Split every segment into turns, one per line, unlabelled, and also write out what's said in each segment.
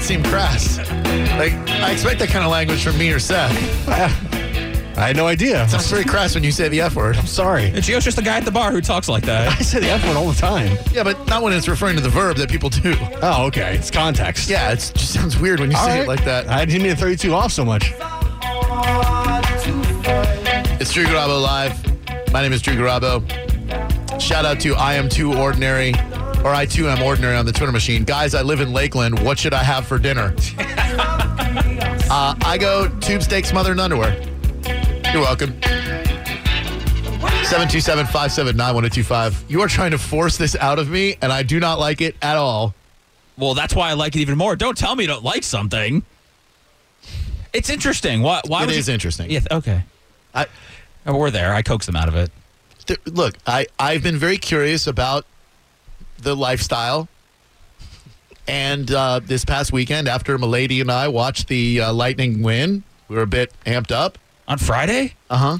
seem crass. Like, I expect that kind of language from me or Seth.
I had no idea.
It sounds very crass when you say the F word.
I'm sorry.
And Gio's just the guy at the bar who talks like that.
I say the F word all the time.
Yeah, but not when it's referring to the verb that people do.
Oh, okay. It's context.
Yeah, it just sounds weird when you
All
say
right.
it like that.
I didn't mean to throw you two off so much.
It's Drew Garabo Live. My name is Drew Garabo. Shout out to I am too ordinary or I too am ordinary on the Twitter machine. Guys, I live in Lakeland. What should I have for dinner? uh, I go tube steak smothered in underwear. You're welcome. 727-579-1025. You are trying to force this out of me, and I do not like it at all.
Well, that's why I like it even more. Don't tell me you don't like something. It's interesting. Why? Why
It
would
is
you-
interesting.
Yeah. Okay. Uh,
I,
We're there. I coaxed them out of it.
th- look, I, I've been very curious about the lifestyle. And uh, this past weekend, after Milady and I watched the uh, Lightning win, we were a bit amped up.
On Friday?
Uh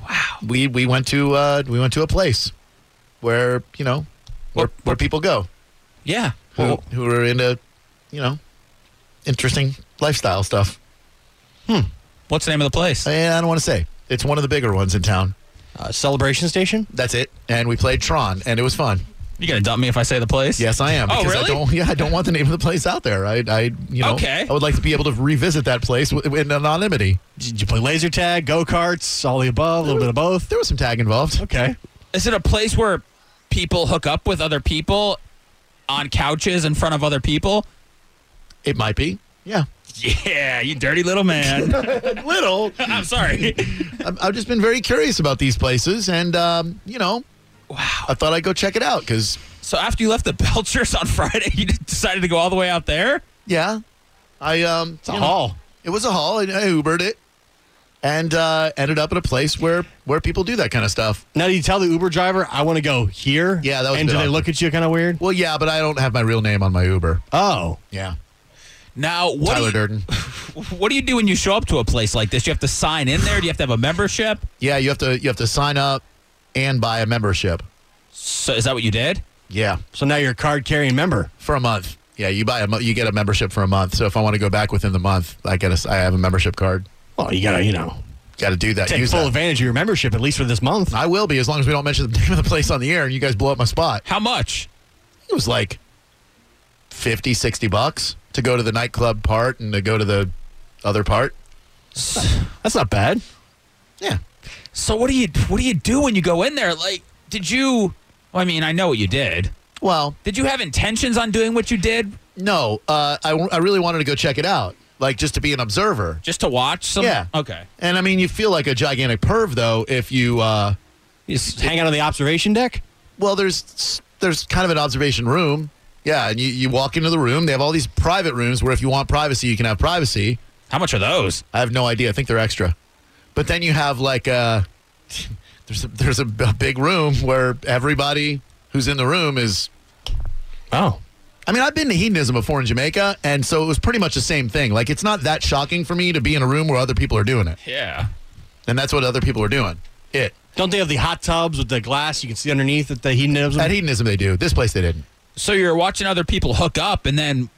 huh.
Wow.
We we went to uh, we went to a place where you know where,
What-
where people go
Yeah.
who,
Well,
who are into you know interesting lifestyle stuff.
what's the name of the place?
And I don't want to say it's one of the bigger ones in town.
Uh, celebration station?
That's it. And we played Tron, and it was fun.
You gonna dump me if I say the place?
Yes, I am.
Oh,
Because I
really?
don't, yeah, I don't want the name of the place out there. I, I you know,
Okay.
I would like to be able to revisit that place w- in anonymity.
Did you play laser tag, go karts, all the above, a little bit of both?
There was some tag involved.
Okay.
Is it a place where people hook up with other people on couches in front of other people?
It might be. Yeah.
Yeah, you dirty little man.
Little.
I'm sorry.
I'm- I've just been very curious about these places, and um, you know,
Wow.
I thought I'd go check it out because,
So after you left the Belchers on Friday, you decided to go all the way out there?
yeah, I um,
It's a
you know,
haul.
It was a haul. I, I Ubered it, and uh, ended up at a place where where people do that kind of stuff.
Now, do you tell the Uber driver, I want to go here?
Yeah, that was a
And
bit
do they
awkward.
look at you kind of weird?
Well, yeah, but I don't have my real name on my Uber.
Oh.
Yeah,
Now, what
Tyler
do, you,
Durden.
what do you do when you show up to a place like this? Do you have to sign in there? Do you have to have a membership?
Yeah, you have to you have to sign up and buy a membership.
So is that what you did?
Yeah,
So now you're a card carrying member.
for a month. Yeah, you buy a mo- you get a membership for a month. So if I want to go back within the month, I get a s- I have a membership card.
Well, you got to, you know,
Got to do that.
take
Use
full
that.
advantage of your membership, at least for this month.
I will be as long as we don't mention the name of the place on the air and you guys blow up my spot.
How much?
It was like 50, 60 bucks to go to the nightclub part and to go to the other part.
That's not bad.
Yeah.
So what do you what do you do when you go in there? Like, did you? Well, I mean, I know what you did.
Well,
Did you have intentions on doing what you did
no, uh, I, w- I really wanted to go check it out, like just to be an observer.
just to watch? Some,
Yeah.
Um, Okay.
And I mean, you feel like a gigantic perv though if you uh,
You just hang out on the observation deck?
Well, there's there's kind of an observation room. Yeah, and you, you walk into the room. They have all these private rooms where if you want privacy, you can have privacy.
How much are those?
I have no idea. I think they're extra. But then you have like a there's a, there's a, b- a big room where everybody who's in the room is.
Oh.
I mean, I've been to hedonism before in Jamaica, and so it was pretty much the same thing. Like, it's not that shocking for me to be in a room where other people are doing it,
Yeah.
and that's what other people are doing. It
Don't they have the hot tubs with the glass you can see underneath that the hedonism?
at hedonism they do. This place they didn't.
So you're watching other people hook up, and then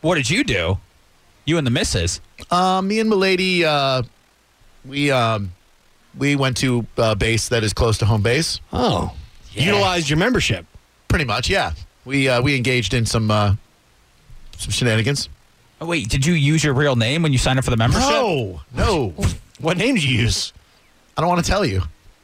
what did you do? You and the missus.
Uh, me and Milady, uh, we um, we went to a base that is close to home base.
Oh.
Yeah.
Utilized your membership.
Pretty much, yeah. We uh, we engaged in some uh, some shenanigans.
Oh, wait, did you use your real name when you signed up for the membership?
no,
What name did you use?
I don't want to tell you.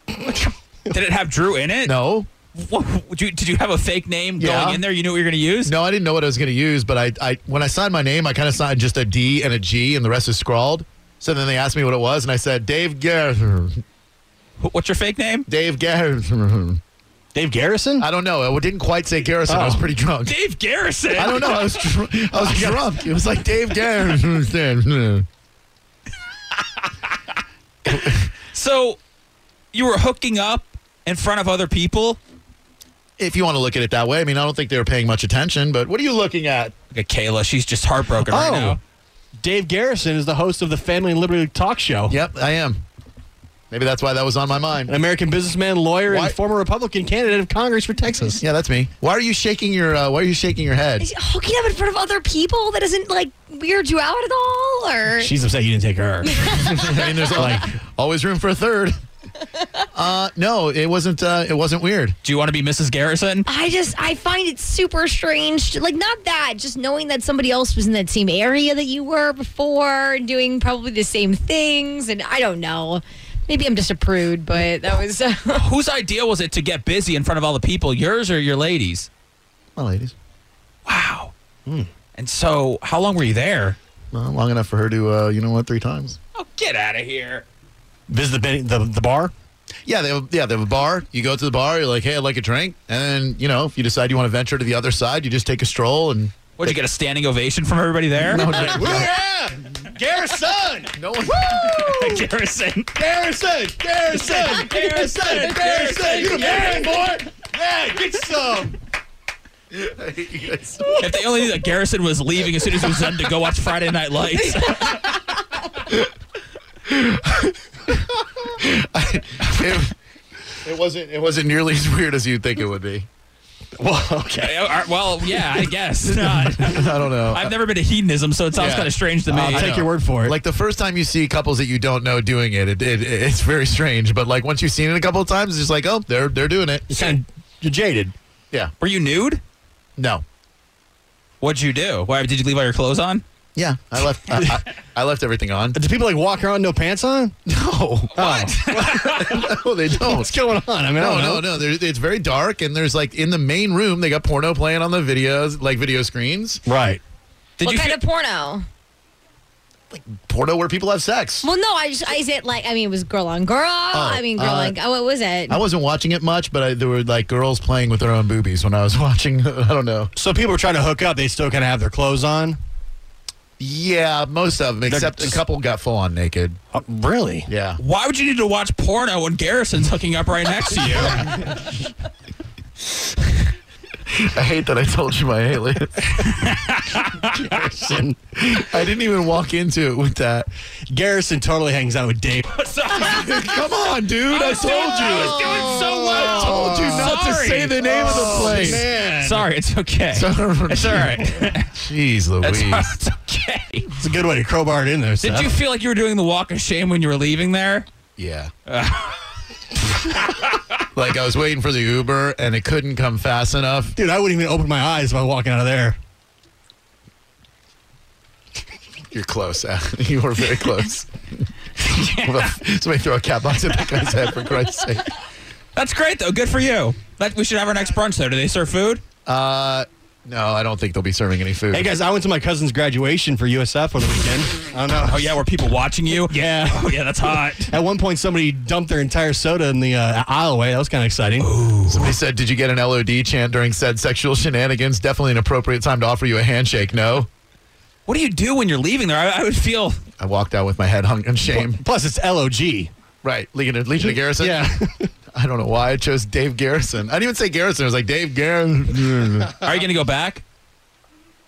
Did it have Drew in it?
No,
What, did, you, did you have a fake name
Yeah.
going in there? You knew what you were going to use?
no, I didn't know what I was going to use, but I, I when I signed my name, I kind of signed just a D and a G, and the rest is scrawled. So then they asked me what it was, and I said Dave Garrison.
Wh- What's your fake name?
Dave Garrison.
Dave Garrison?
I don't know. I didn't quite say Garrison. I was
Oh.
pretty drunk.
Dave Garrison.
I don't know. I was dr- I was drunk. It was like Dave Garrison.
So you were hooking up in front of other people?
if you want to look at it that way. I mean, I don't think they were paying much attention, but what are you looking at?
Look at Kayla. She's just heartbroken right
Oh.
now.
Dave Garrison is the host of the Family and Liberty talk show.
Yep, I am. Maybe that's why that was on my mind.
An American businessman, lawyer,
Why-
and former Republican candidate of Congress for Texas.
Yeah, that's me. Why are you shaking your uh, Why are you shaking your head?
Is she hooking up in front of other people that doesn't like weird you out at all, or
She's upset you didn't take her.
I mean, there's like always room for a third. Uh, no, it wasn't. Uh, it wasn't weird.
Do you want to be Mrs. Garrison?
I just I find it super strange. to- Like not that, just knowing that somebody else was in that same area that you were before, doing probably the same things, and I don't know. Maybe I'm just a prude, but that was. uh,
Whose idea was it to get busy in front of all the people? Yours or your ladies?
Well, ladies,
Wow. And so, how long were you there?
well, long enough for her to, uh, you know what, three times.
Oh, get out of here.
Visit the, the, the bar.
Yeah, they have, yeah, they have a bar. You go to the bar. You're like, hey, I'd like a drink, and then you know, if you decide you want to venture to the other side, you just take a stroll and.
What'd you get a standing ovation from everybody there?
No, Jake, no,
Yeah! Garrison!
no one.
Garrison.
Garrison! Garrison! Garrison! Garrison! You the man, boy! Yeah, get some!
If they only knew that Garrison was leaving as soon as it was done to go watch Friday Night Lights.
it, it wasn't. It wasn't nearly as weird as you'd think it would be.
Well, okay.
well, yeah, I guess. Not.
I don't know.
I've never been to hedonism, so it sounds
Yeah.
kind of strange to me.
I'll take your word for it.
Like the first time you see couples that you don't know doing it, it, it it's very strange. But like once you've seen it a couple of times, it's just like, oh, they're they're doing it.
you're kind of you're jaded.
Yeah.
Were you nude?
No.
What'd you do? Why did you leave all your clothes on?
Yeah. I left. I, I, I left everything on.
Do people like walk around no pants on?
No.
What?
No, they
What's
don't.
going on? I mean, I
No, Oh,
don't
no,
know.
no. There's, it's very dark, and there's like in the main room, they got porno playing on the videos, like video screens.
Right.
Did
what
you
kind
fe-
of porno?
Porno where people have sex.
Well, no, I just is it like I mean it was girl on girl. I mean girl
uh,
on oh, what was it?
I wasn't watching it much, but I, there were like girls playing with their own boobies when I was watching. I don't know.
So people are trying to hook up. They still kind of have their clothes on.
Yeah, most of them, except
just-
a couple got full on naked.
Uh, really?
Yeah.
Why would you need to watch porno when Garrison's hooking up right next to you?
I hate that I told you my alias.
Garrison.
I didn't even walk into it with that.
Garrison totally hangs out with Dave.
What's up?
Come on, dude. I, told you.
I was Oh, doing so well.
I told you not
Sorry.
to say the name of the place.
Oh, Man.
Sorry, it's okay.
Sorry.
It's all right.
Jeez
It's,
Louise.
it's okay.
It's a good way to crowbar it in there.
Did
Seth.
you feel like you were doing the walk of shame when you were leaving there?
Yeah. like I was waiting for the Uber and it couldn't come fast enough.
Dude, I wouldn't even open my eyes if I was walking out of there.
You're close. Al. you were very close. Somebody throw a cat box at that guy's head for Christ's sake.
That's great though. Good for you. That we should have our next brunch there. Do they serve food?
Uh, no, I don't think they'll be serving any food.
Hey guys, I went to my cousin's graduation for USF on the weekend. I don't know.
Oh yeah, were people watching you?
Yeah.
Oh yeah, that's hot.
At one point, somebody dumped their entire soda in the uh, aisleway. That was kind of exciting.
Somebody said, "Did you get an LOD chant during said sexual shenanigans?" Definitely an appropriate time to offer you a handshake. No,
What do you do when you're leaving there? I, I would feel
I walked out with my head hung in shame.
Plus, it's LOG.
Right, Legion of, Legion of Garrison.
Yeah.
I don't know why I chose Dave Garrison. I didn't even say Garrison. I was like Dave Garrison.
Are you gonna go back?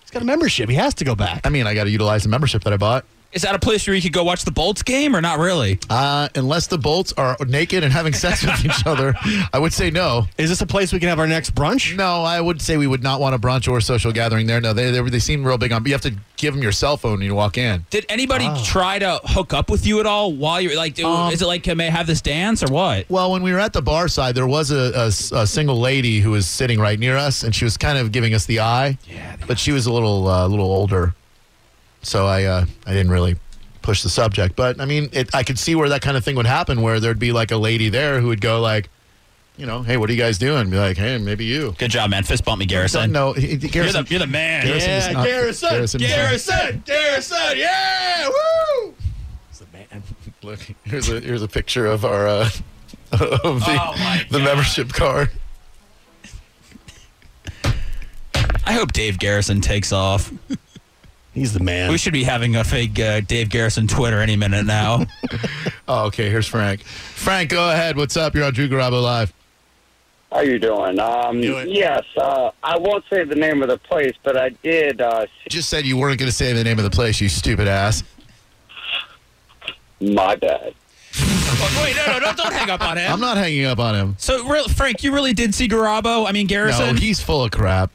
He's got a membership. He has to go back.
I mean, I got to utilize the membership that I bought.
Is that a place where you could go watch the Bolts game or not really?
Uh, unless the bolts are naked and having sex with each other, I would say no.
Is this a place we can have our next brunch?
No, I would say we would not want a brunch or social gathering there. No, they they, they seem real big on. But you have to give them your cell phone when you walk in.
Did anybody try to hook up with you at all while you're like, dude,
Um,
is it like, can I have this dance or what?
Well, when we were at the bar side, there was a, a s- a single lady who was sitting right near us, and she was kind of giving us the eye.
Yeah,
But she was a little uh, little older, so I uh, I didn't really push the subject. But I mean, it, I could see where that kind of thing would happen, where there'd be like a lady there who would go like, you know, hey, what are you guys doing? Be like, hey, maybe you.
Good job, man. Fist bump me, Garrison.
No, he- he-
you're,
Garrison.
the, you're the man.
Garrison is not- Garrison is not-
Garrison! Garrison! Yeah! Woo! He's the man.
Look, here's a here's a picture of our uh, of the,
my
the
God.
membership card.
I hope Dave Garrison takes off.
He's the man.
We should be having a fake uh, Dave Garrison Twitter any minute now.
Oh, okay. Here's Frank. Frank, go ahead. What's up? You're on Drew Garabo live.
How you doing? Um,
Do it.
Yes, uh, I won't say the name of the place, but I did. Uh,
Just said you weren't going to say the name of the place, you stupid ass.
see my bad.
Wait, no, no, don't, don't hang up on him.
I'm not hanging up on him.
so, real, Frank, you really did see Garabo? I mean,
No,
Garrison?
he's full of crap.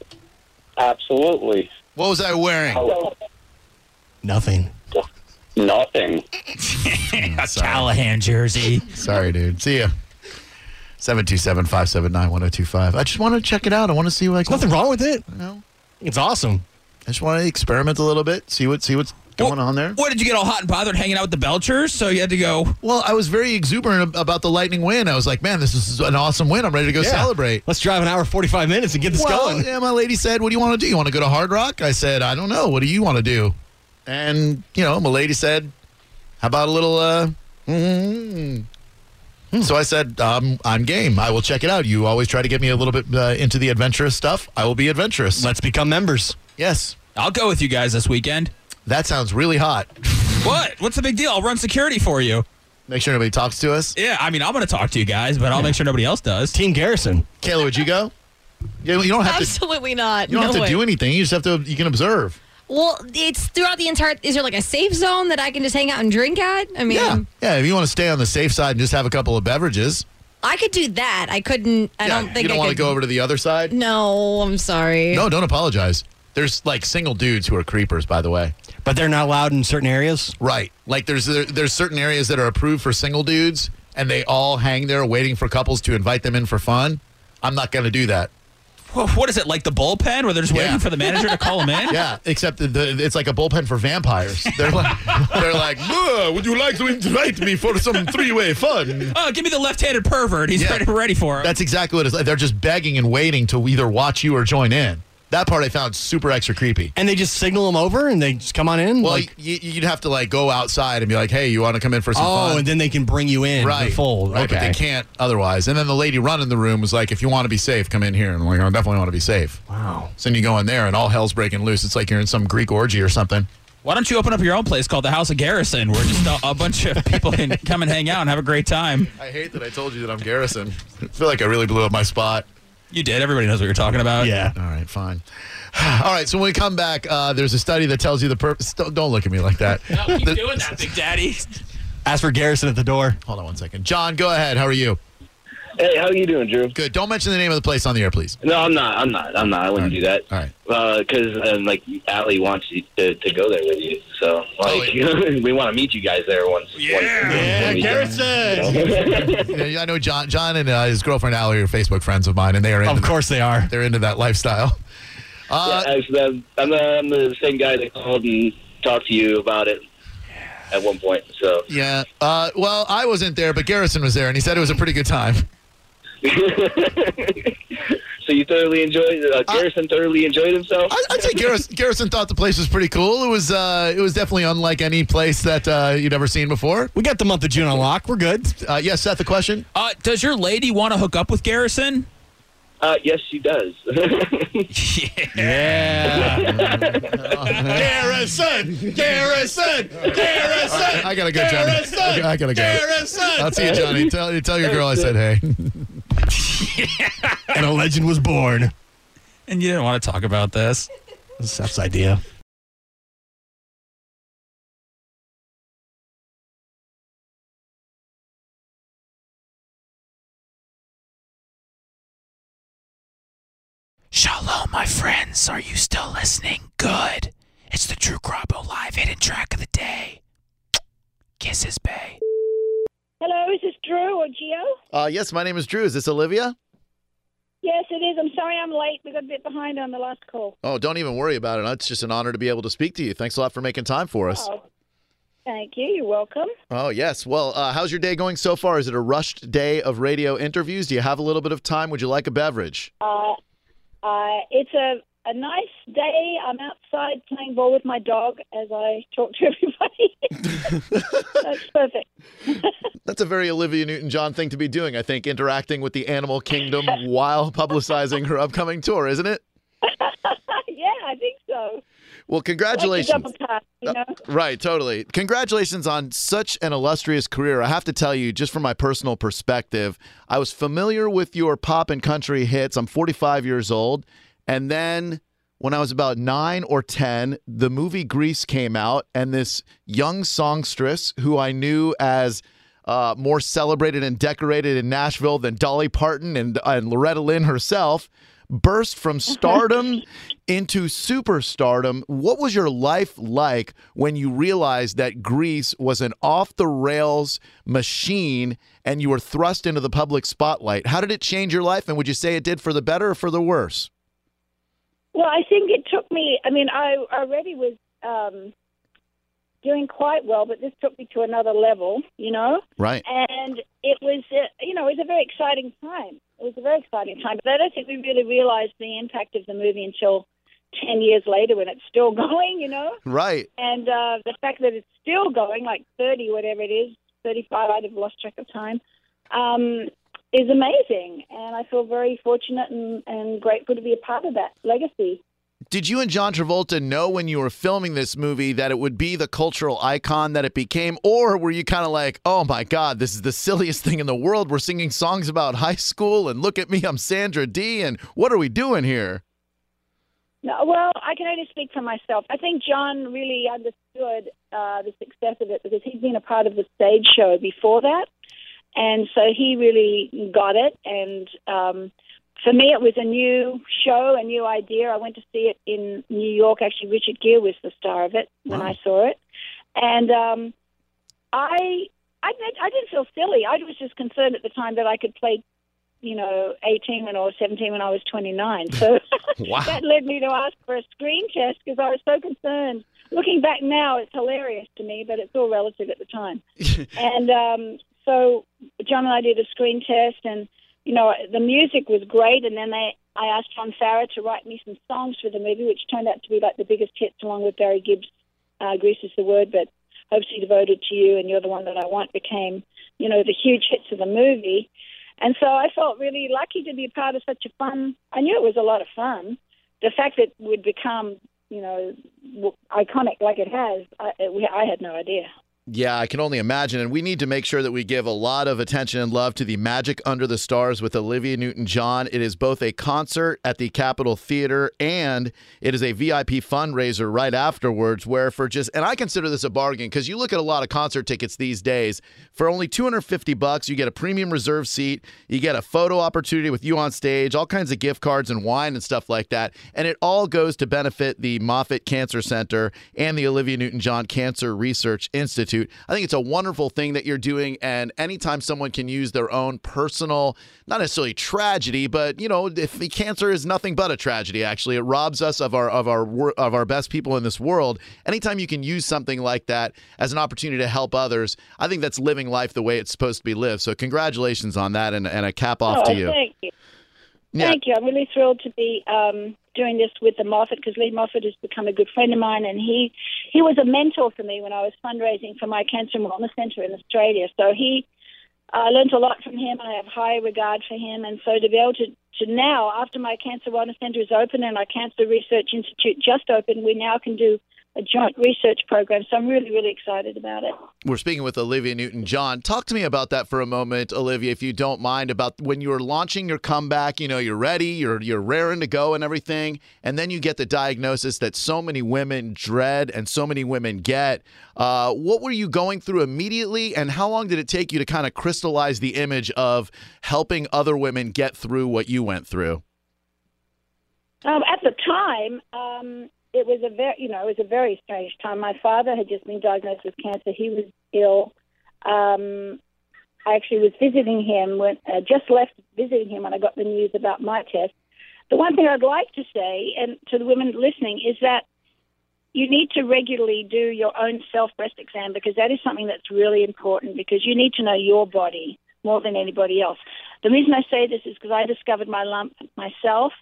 Absolutely.
What was I wearing?
Oh,
Nothing.
nothing.
a Callahan jersey.
Sorry, dude. See ya. 727-579-1025. I just want to check it out. I want to see like
Nothing wrong with it.
No.
It's awesome.
I just want to experiment a little bit, see what see what's going
What-
on there.
What did you get all hot and bothered hanging out with the Belchers? So you had to go.
Well, I was very exuberant ab- about the Lightning win. I was like, man, this is an awesome win. I'm ready to go
Yeah.
celebrate.
Let's drive an hour forty five minutes and get this
well,
going.
yeah, my lady said, "What do you want to do? You want to go to Hard Rock?" I said, "I don't know. What do you want to do?" And you know, my lady said, "How about a little?" uh mm So I said, um, "I'm game. I will check it out. You always try to get me a little bit uh, into the adventurous stuff. I will be adventurous."
Let's become members.
yes,
I'll go with you guys this weekend.
that sounds really hot.
What? What's the big deal? I'll run security for you.
Make sure nobody talks to us.
Yeah, I mean, I'm going to talk to you guys, but I'll make sure nobody else does.
Team Garrison.
Kayla, would you go? You you don't have to.
Absolutely not.
You don't
no
have to
way.
do anything. You just have to. You can observe.
Well, it's throughout the entire. Is there like a safe zone that I can just hang out and drink at? I mean,
Yeah, yeah. If you want to stay on the safe side and just have a couple of beverages,
I could do that. I couldn't. I
yeah,
don't think
you don't
I
want
could.
to go over to the other side.
No, I'm sorry.
No, don't apologize. There's like single dudes who are creepers, by the way.
But they're not allowed in certain areas.
Right. Like there's there, there's certain areas that are approved for single dudes, and they all hang there waiting for couples to invite them in for fun. I'm not going to do that.
Wha- What is it, like the bullpen where they're just
Yeah.
waiting for the manager to call them in?
Yeah, except that the, it's like a bullpen for vampires. They're like they're like, "Muh, would you like to invite me for some three way fun?
Oh, give me the left handed pervert. He's
Yeah.
ready, ready for it.
That's exactly what it's like. They're just begging and waiting to either watch you or join in. That part I found super extra creepy.
And they just signal them over and they just come on in.
Well,
like,
you, you'd have to like go outside and be like, "Hey, you want to come in for some
oh,
fun?"
and then they can bring you in.
right.
The fold.
Right, but
okay.
they can't otherwise. And then the lady running the room was like, if you want to be safe, come in here. And I'm like, I definitely want to be safe.
Wow.
So then you go in there and all hell's breaking loose. It's like you're in some Greek orgy or something.
Why don't you open up your own place called the House of Garrison where just a, a bunch of people can come and hang out and have a great time?
I hate that I told you that I'm Garrison. I feel like I really blew up my spot.
You did. Everybody knows what you're talking about.
Yeah.
All right, fine. All right, so when we come back, uh, there's a study that tells you the purpose. Don't, don't look at me like that.
No, keep doing that, Big Daddy.
Ask for Garrison at the door.
Hold on one second. John, go ahead. How are you?
Hey, how you doing, Drew?
Good. Don't mention the name of the place on the air, please.
No, I'm not. I'm not. I'm not. I wouldn't
All
do that.
All right.
Because um, like Allie wants you to, to go there with you, so like we want to meet you guys there once. Oh, Yeah, Garrison.
Yeah, I know John. John and uh, his girlfriend Allie are Facebook friends of mine, and they are into
Of course they are.
they're into that lifestyle. Uh,
yeah, actually, I'm, I'm, the, I'm the same guy that called and talked to you about it at one point. So
Yeah. Uh, well, I wasn't there, but Garrison was there, and he said it was a pretty good time.
So you thoroughly enjoyed uh, Garrison thoroughly enjoyed himself.
I, I'd say Garrison, Garrison thought the place was pretty cool. It was uh, it was definitely unlike any place that uh, you'd ever seen before.
We got the month of June on lock. We're good.
Uh, yes, Seth, the question.
Uh, does your lady want to hook up with Garrison?
Uh, yes, she does.
Garrison! Garrison! Garrison!
I gotta go, Johnny. Okay, I gotta go. I'll see you, Johnny. Tell tell your girl I said hey.
And a legend was born.
And you didn't want to talk about this.
That's Seth's idea.
Shalom, my friends. Are you still listening? Good. It's the Drew Grabo live hidden track of the day. Kisses, Bay.
Hello, is this Drew or Gio?
Uh, yes, my name is Drew. Is this Olivia?
Yes, it is. I'm sorry I'm late. We got a bit behind on the last call.
Oh, don't even worry about it. It's just an honor to be able to speak to you. Thanks a lot for making time for us.
Oh, thank you. You're welcome.
Oh, yes. Well, uh, how's your day going so far? Is it a rushed day of radio interviews? Do you have a little bit of time? Would you like a beverage?
Uh, uh, it's a, a nice day. I'm outside playing ball with my dog as I talk to everybody. That's perfect.
That's a very Olivia Newton John thing to be doing, I think, interacting with the animal kingdom while publicizing her upcoming tour, isn't it?
yeah, I think so.
Well,
Like a double
congratulations.
pass, you know?
Right, totally. Congratulations on such an illustrious career. I have to tell you, just from my personal perspective, I was familiar with your pop and country hits. I'm 45 years old. And then when I was about nine or 10, the movie Grease came out, and this young songstress who I knew as uh, more celebrated and decorated in Nashville than Dolly Parton and, and Loretta Lynn herself, burst from stardom into superstardom. What was your life like when you realized that Greece was an off the rails machine and you were thrust into the public spotlight? How did it change your life? And would you say it did for the better or for the worse?
Well, I think it took me. I mean, I already was um, doing quite well, but this took me to another level, you know.
Right.
And it was, uh, you know, it was a very exciting time. It was a very exciting time, but I don't think we really realized the impact of the movie until ten years later, when it's still going, you know.
Right.
And uh, the fact that it's still going, like 30, whatever it is, 35, I'd have lost track of time, um, is amazing. And I feel very fortunate and, and grateful to be a part of that legacy.
Did you and John Travolta know when you were filming this movie that it would be the cultural icon that it became? Or were you kind of like, oh my God, this is the silliest thing in the world? We're singing songs about high school and look at me, I'm Sandra D. And what are we doing here?
No, well, I can only speak for myself. I think John really understood uh, the success of it because he'd been a part of the stage show before that, and so he really got it. And um, for me, it was a new show, a new idea. I went to see it in New York. Actually, Richard Gere was the star of it when I saw it, and um, I, I, did- I didn't feel silly. I was just concerned at the time that I could play you know, 18 when I was 17 when I was 29. So that led me to ask for a screen test because I was so concerned. Looking back now, it's hilarious to me, but it's all relative at the time. and um, so John and I did a screen test, and, you know, the music was great. And then they, I asked John Farrar to write me some songs for the movie, which turned out to be like the biggest hits along with Barry Gibbs' uh, Grease is the Word, but Hopefully Devoted to You and You're the One That I Want became, you know, the huge hits of the movie. And so I felt really lucky to be part of such a fun. I knew it was a lot of fun. The fact that we'd become, you know, w- iconic like it has, I, it, we, I had no idea.
Yeah, I can only imagine. And we need to make sure that we give a lot of attention and love to the Magic Under the Stars with Olivia Newton John. It is both a concert at the Capitol Theater and it is a VIP fundraiser right afterwards, where for just, and I consider this a bargain because you look at a lot of concert tickets these days. For only 250 bucks, you get a premium reserve seat, you get a photo opportunity with you on stage, all kinds of gift cards and wine and stuff like that. And it all goes to benefit the Moffitt Cancer Center and the Olivia Newton John Cancer Research Institute. I think it's a wonderful thing that you're doing. And anytime someone can use their own personal, not necessarily tragedy, but you know, if the cancer is nothing but a tragedy, actually, it robs us of our of our wor- of our best people in this world. Anytime you can use something like that as an opportunity to help others, I think that's living life the way it's supposed to be lived. So congratulations on that, and, and a cap off
oh,
to you.
Thank you.
Yeah.
Thank you. I'm really thrilled to be um, doing this with the Moffat because Lee Moffat has become a good friend of mine, and he he was a mentor for me when I was fundraising for my Cancer and Wellness Centre in Australia. So he, I learned a lot from him. I have high regard for him, and so to be able to to now, after my Cancer Wellness Centre is open and our Cancer Research Institute just opened, we now can do a joint research program. So I'm really really excited about it.
We're speaking with Olivia Newton John. Talk to me about that for a moment, Olivia, if you don't mind, about when you were launching your comeback, you know, you're ready, you're you're raring to go and everything, and then you get the diagnosis that so many women dread and so many women get. Uh, what were you going through immediately and how long did it take you to kind of crystallize the image of helping other women get through what you went through?
Um, at the time, um, it was a very, you know, it was a very strange time. My father had just been diagnosed with cancer. He was ill. Um, I actually was visiting him when uh, just left visiting him when I got the news about my test. The one thing I'd like to say, and to the women listening, is that you need to regularly do your own self breast exam because that is something that's really important because you need to know your body more than anybody else. The reason I say this is because I discovered my lump myself.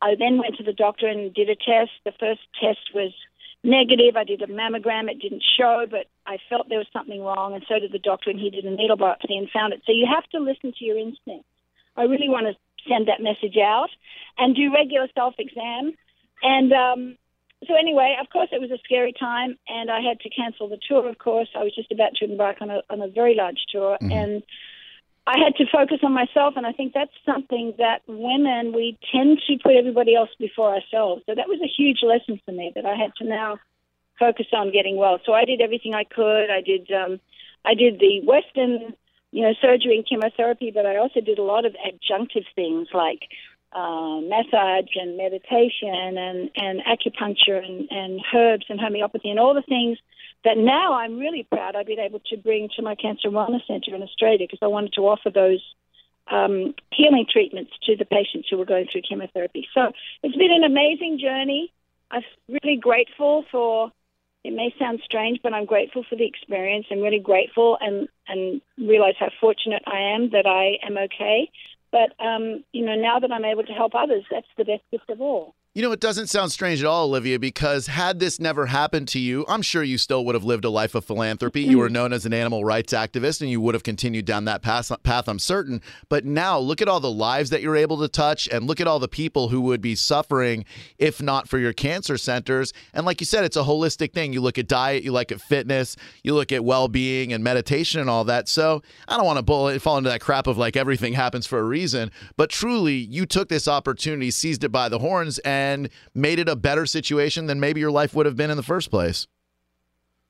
I then went to the doctor and did a test. The first test was negative. I did a mammogram. It didn't show, but I felt there was something wrong. And so did the doctor, and he did a needle biopsy and found it. So you have to listen to your instincts. I really want to send that message out and do regular self exam. And um, so, anyway, of course, it was a scary time, and I had to cancel the tour, of course. I was just about to embark on a, on a very large tour. And I had to focus on myself, and I think that's something that women we tend to put everybody else before ourselves. So that was a huge lesson for me that I had to now focus on getting well. So I did everything I could. I did um, I did the Western you know, surgery and chemotherapy, but I also did a lot of adjunctive things like uh, massage and meditation and, and acupuncture and, and herbs and homeopathy and all the things that now I'm really proud I've been able to bring to my Cancer Wellness Center in Australia because I wanted to offer those um, healing treatments to the patients who were going through chemotherapy. So it's been an amazing journey. I'm really grateful for. It may sound strange, but I'm grateful for the experience. I'm really grateful and and realize how fortunate I am that I am okay. But um, you know, now that I'm able to help others, that's the best gift of all.
You know, it doesn't sound strange at all, Olivia, because had this never happened to you, I'm sure you still would have lived a life of philanthropy. You were known as an animal rights activist and you would have continued down that path, path, I'm certain. But now look at all the lives that you're able to touch and look at all the people who would be suffering if not for your cancer centers. And like you said, it's a holistic thing. You look at diet, you look at fitness, you look at well being and meditation and all that. So I don't want to bullet, fall into that crap of like everything happens for a reason. But truly, you took this opportunity, seized it by the horns, and made it a better situation than maybe your life would have been in the first place.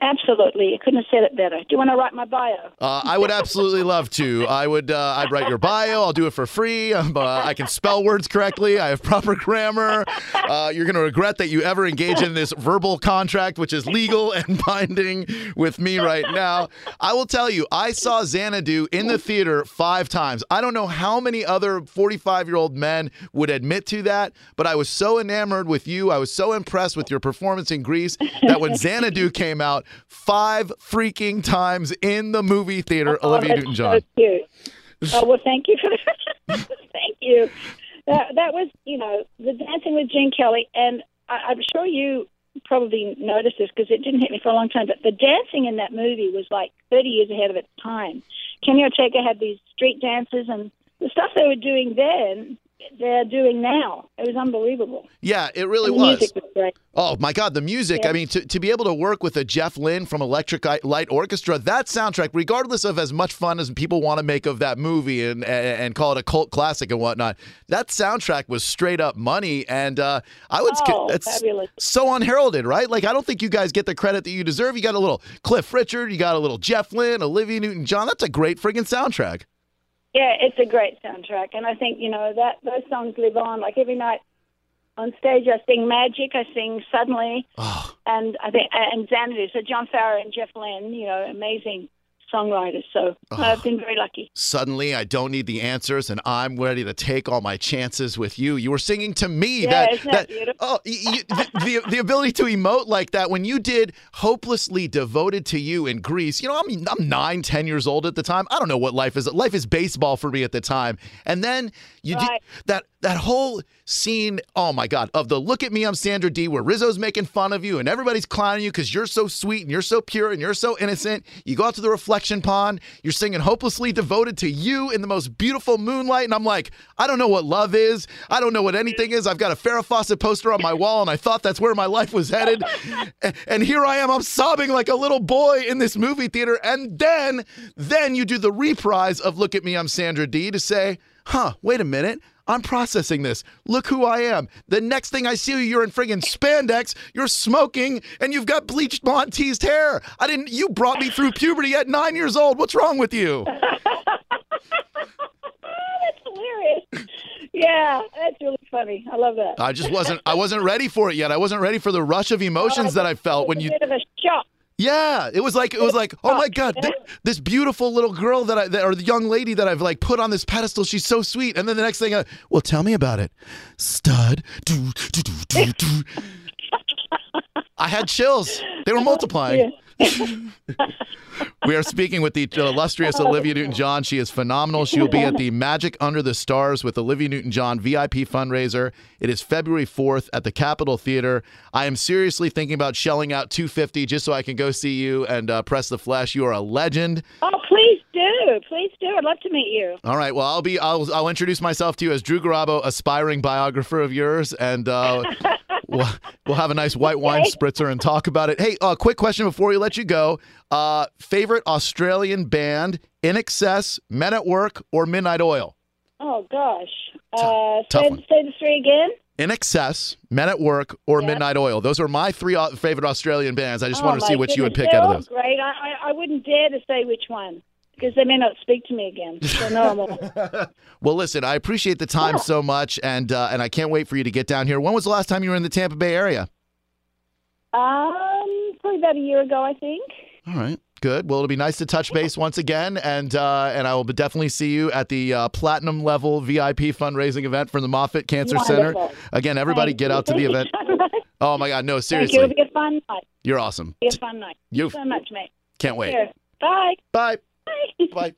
Absolutely, you couldn't have said it better. Do you want to write my bio?
Uh, I would absolutely love to. I would. Uh, I'd write your bio. I'll do it for free. Um, uh, I can spell words correctly. I have proper grammar. Uh, you're going to regret that you ever engage in this verbal contract, which is legal and binding with me right now. I will tell you, I saw Xanadu in the theater five times. I don't know how many other 45 year old men would admit to that, but I was so enamored with you. I was so impressed with your performance in Greece that when Xanadu came out five freaking times in the movie theater.
Oh,
Olivia
that's
Newton John.
So cute. Oh well, thank you for that. thank you. That, that was, you know, the dancing with Gene Kelly, and I, I'm sure you probably noticed this because it didn't hit me for a long time. But the dancing in that movie was like 30 years ahead of its time. Kenny Ortega had these street dances, and the stuff they were doing then, they're doing now. It was unbelievable.
Yeah, it really
And the
was.
music was great.
Oh my God, the music!
Yeah.
I mean, to, to be able to work with a Jeff Lynne from Electric I- Light Orchestra, that soundtrack, regardless of as much fun as people want to make of that movie and and, and call it a cult classic and whatnot, that soundtrack was straight up money. And uh, I would,
Oh,
that's
fabulous.
so unheralded, right? Like I don't think you guys get the credit that you deserve. You got a little Cliff Richard, you got a little Jeff Lynne, Olivia Newton John. That's a great friggin' soundtrack.
Yeah, it's a great soundtrack, and I think you know that those songs live on. Like every night on stage, I sing Magic, I sing Suddenly,
Ah.
and I think and Xanadu. So John Farrar and Jeff Lynne, you know, amazing songwriters. So
Ah.
I've been very lucky.
Suddenly, I don't need the answers, and I'm ready to take all my chances with you. You were singing to me.
Yeah,
that,
isn't that beautiful?
Oh, y- y- the, the the ability to emote like that when you did "Hopelessly Devoted to You" in Greece. You know, I'm I'm nine, ten years old at the time. I don't know what life is. Life is baseball for me at the time. And then you
Right.
did that that whole scene. Oh my God! Of the "Look at Me, I'm Sandra D," where Rizzo's making fun of you and everybody's clowning you because you're so sweet and you're so pure and you're so innocent. You go out to the reflection pond. You're singing "Hopelessly Devoted to You" in the most beautiful moonlight, and I'm like, I don't know what love is. I don't know what anything is. I've got a Farrah Fawcett poster on my wall, and I thought that's where my life was headed. A- and here I am, I'm sobbing like a little boy in this movie theater. And then, then you do the reprise of "Look at Me, I'm Sandra D" to say, "Huh, wait a minute." I'm processing this. Look who I am. The next thing I see you, you're in friggin' spandex, you're smoking, and you've got bleached Monteased hair. I didn't, you brought me through puberty at nine years old. What's wrong with you?
Oh, That's hilarious. yeah, that's really funny. I love that.
I just wasn't, I wasn't ready for it yet. I wasn't ready for the rush of emotions that I felt when
It's
you,
a bit of a shock.
Yeah, it was like it was like, oh my god, th- this beautiful little girl that I that, or the young lady that I've like put on this pedestal, she's so sweet. And then the next thing, I, well, tell me about it, stud. Do, do, do, do, do. I had chills. They were multiplying. we are speaking with the illustrious Olivia Newton John. She is phenomenal. She will be at the Magic Under the Stars with Olivia Newton John VIP fundraiser. It is February 4th at the Capitol Theater. I am seriously thinking about shelling out 250 just so I can go see you and uh, press the flesh. You are a legend.
Oh, please do, please do. I'd love to meet you.
All right. Well, I'll be. I'll, I'll introduce myself to you as Drew Garabo, aspiring biographer of yours, and uh, we'll, we'll have a nice white wine spritzer and talk about it. Hey, uh, quick question before we let you go. Uh, favorite Australian band: In Excess, Men at Work, or Midnight Oil?
Oh gosh, uh,
Tough
say,
one.
say the three again.
In Excess, Men at Work, or Midnight Oil. Those are my three au- favorite Australian bands. I just
Oh,
wanted to
my
see what you would
goodness,
pick
they're
out
all
of those.
Great. I, I, I wouldn't dare to say which one. because they may not speak to me again. So no, I'm all-
Well, listen, I appreciate the time so much, and uh, and I can't wait for you to get down here. When was the last time you were in the Tampa Bay area?
um, probably about a year ago, I think.
All right, good. Well, it'll be nice to touch base once again, and uh, and I will definitely see you at the uh, platinum level VIP fundraising event from the Moffitt Cancer Center.
Wonderful.
Again, everybody,
Thank
get
you.
out to the
Thank you
event.
so much.
Oh my God, no,
Thank you. It'll
seriously,
be a fun night.
you're awesome.
It'll be a fun night.
You
Thank you so much, mate.
can't wait.
Cheers. Bye.
Bye.
Bye.
Bye.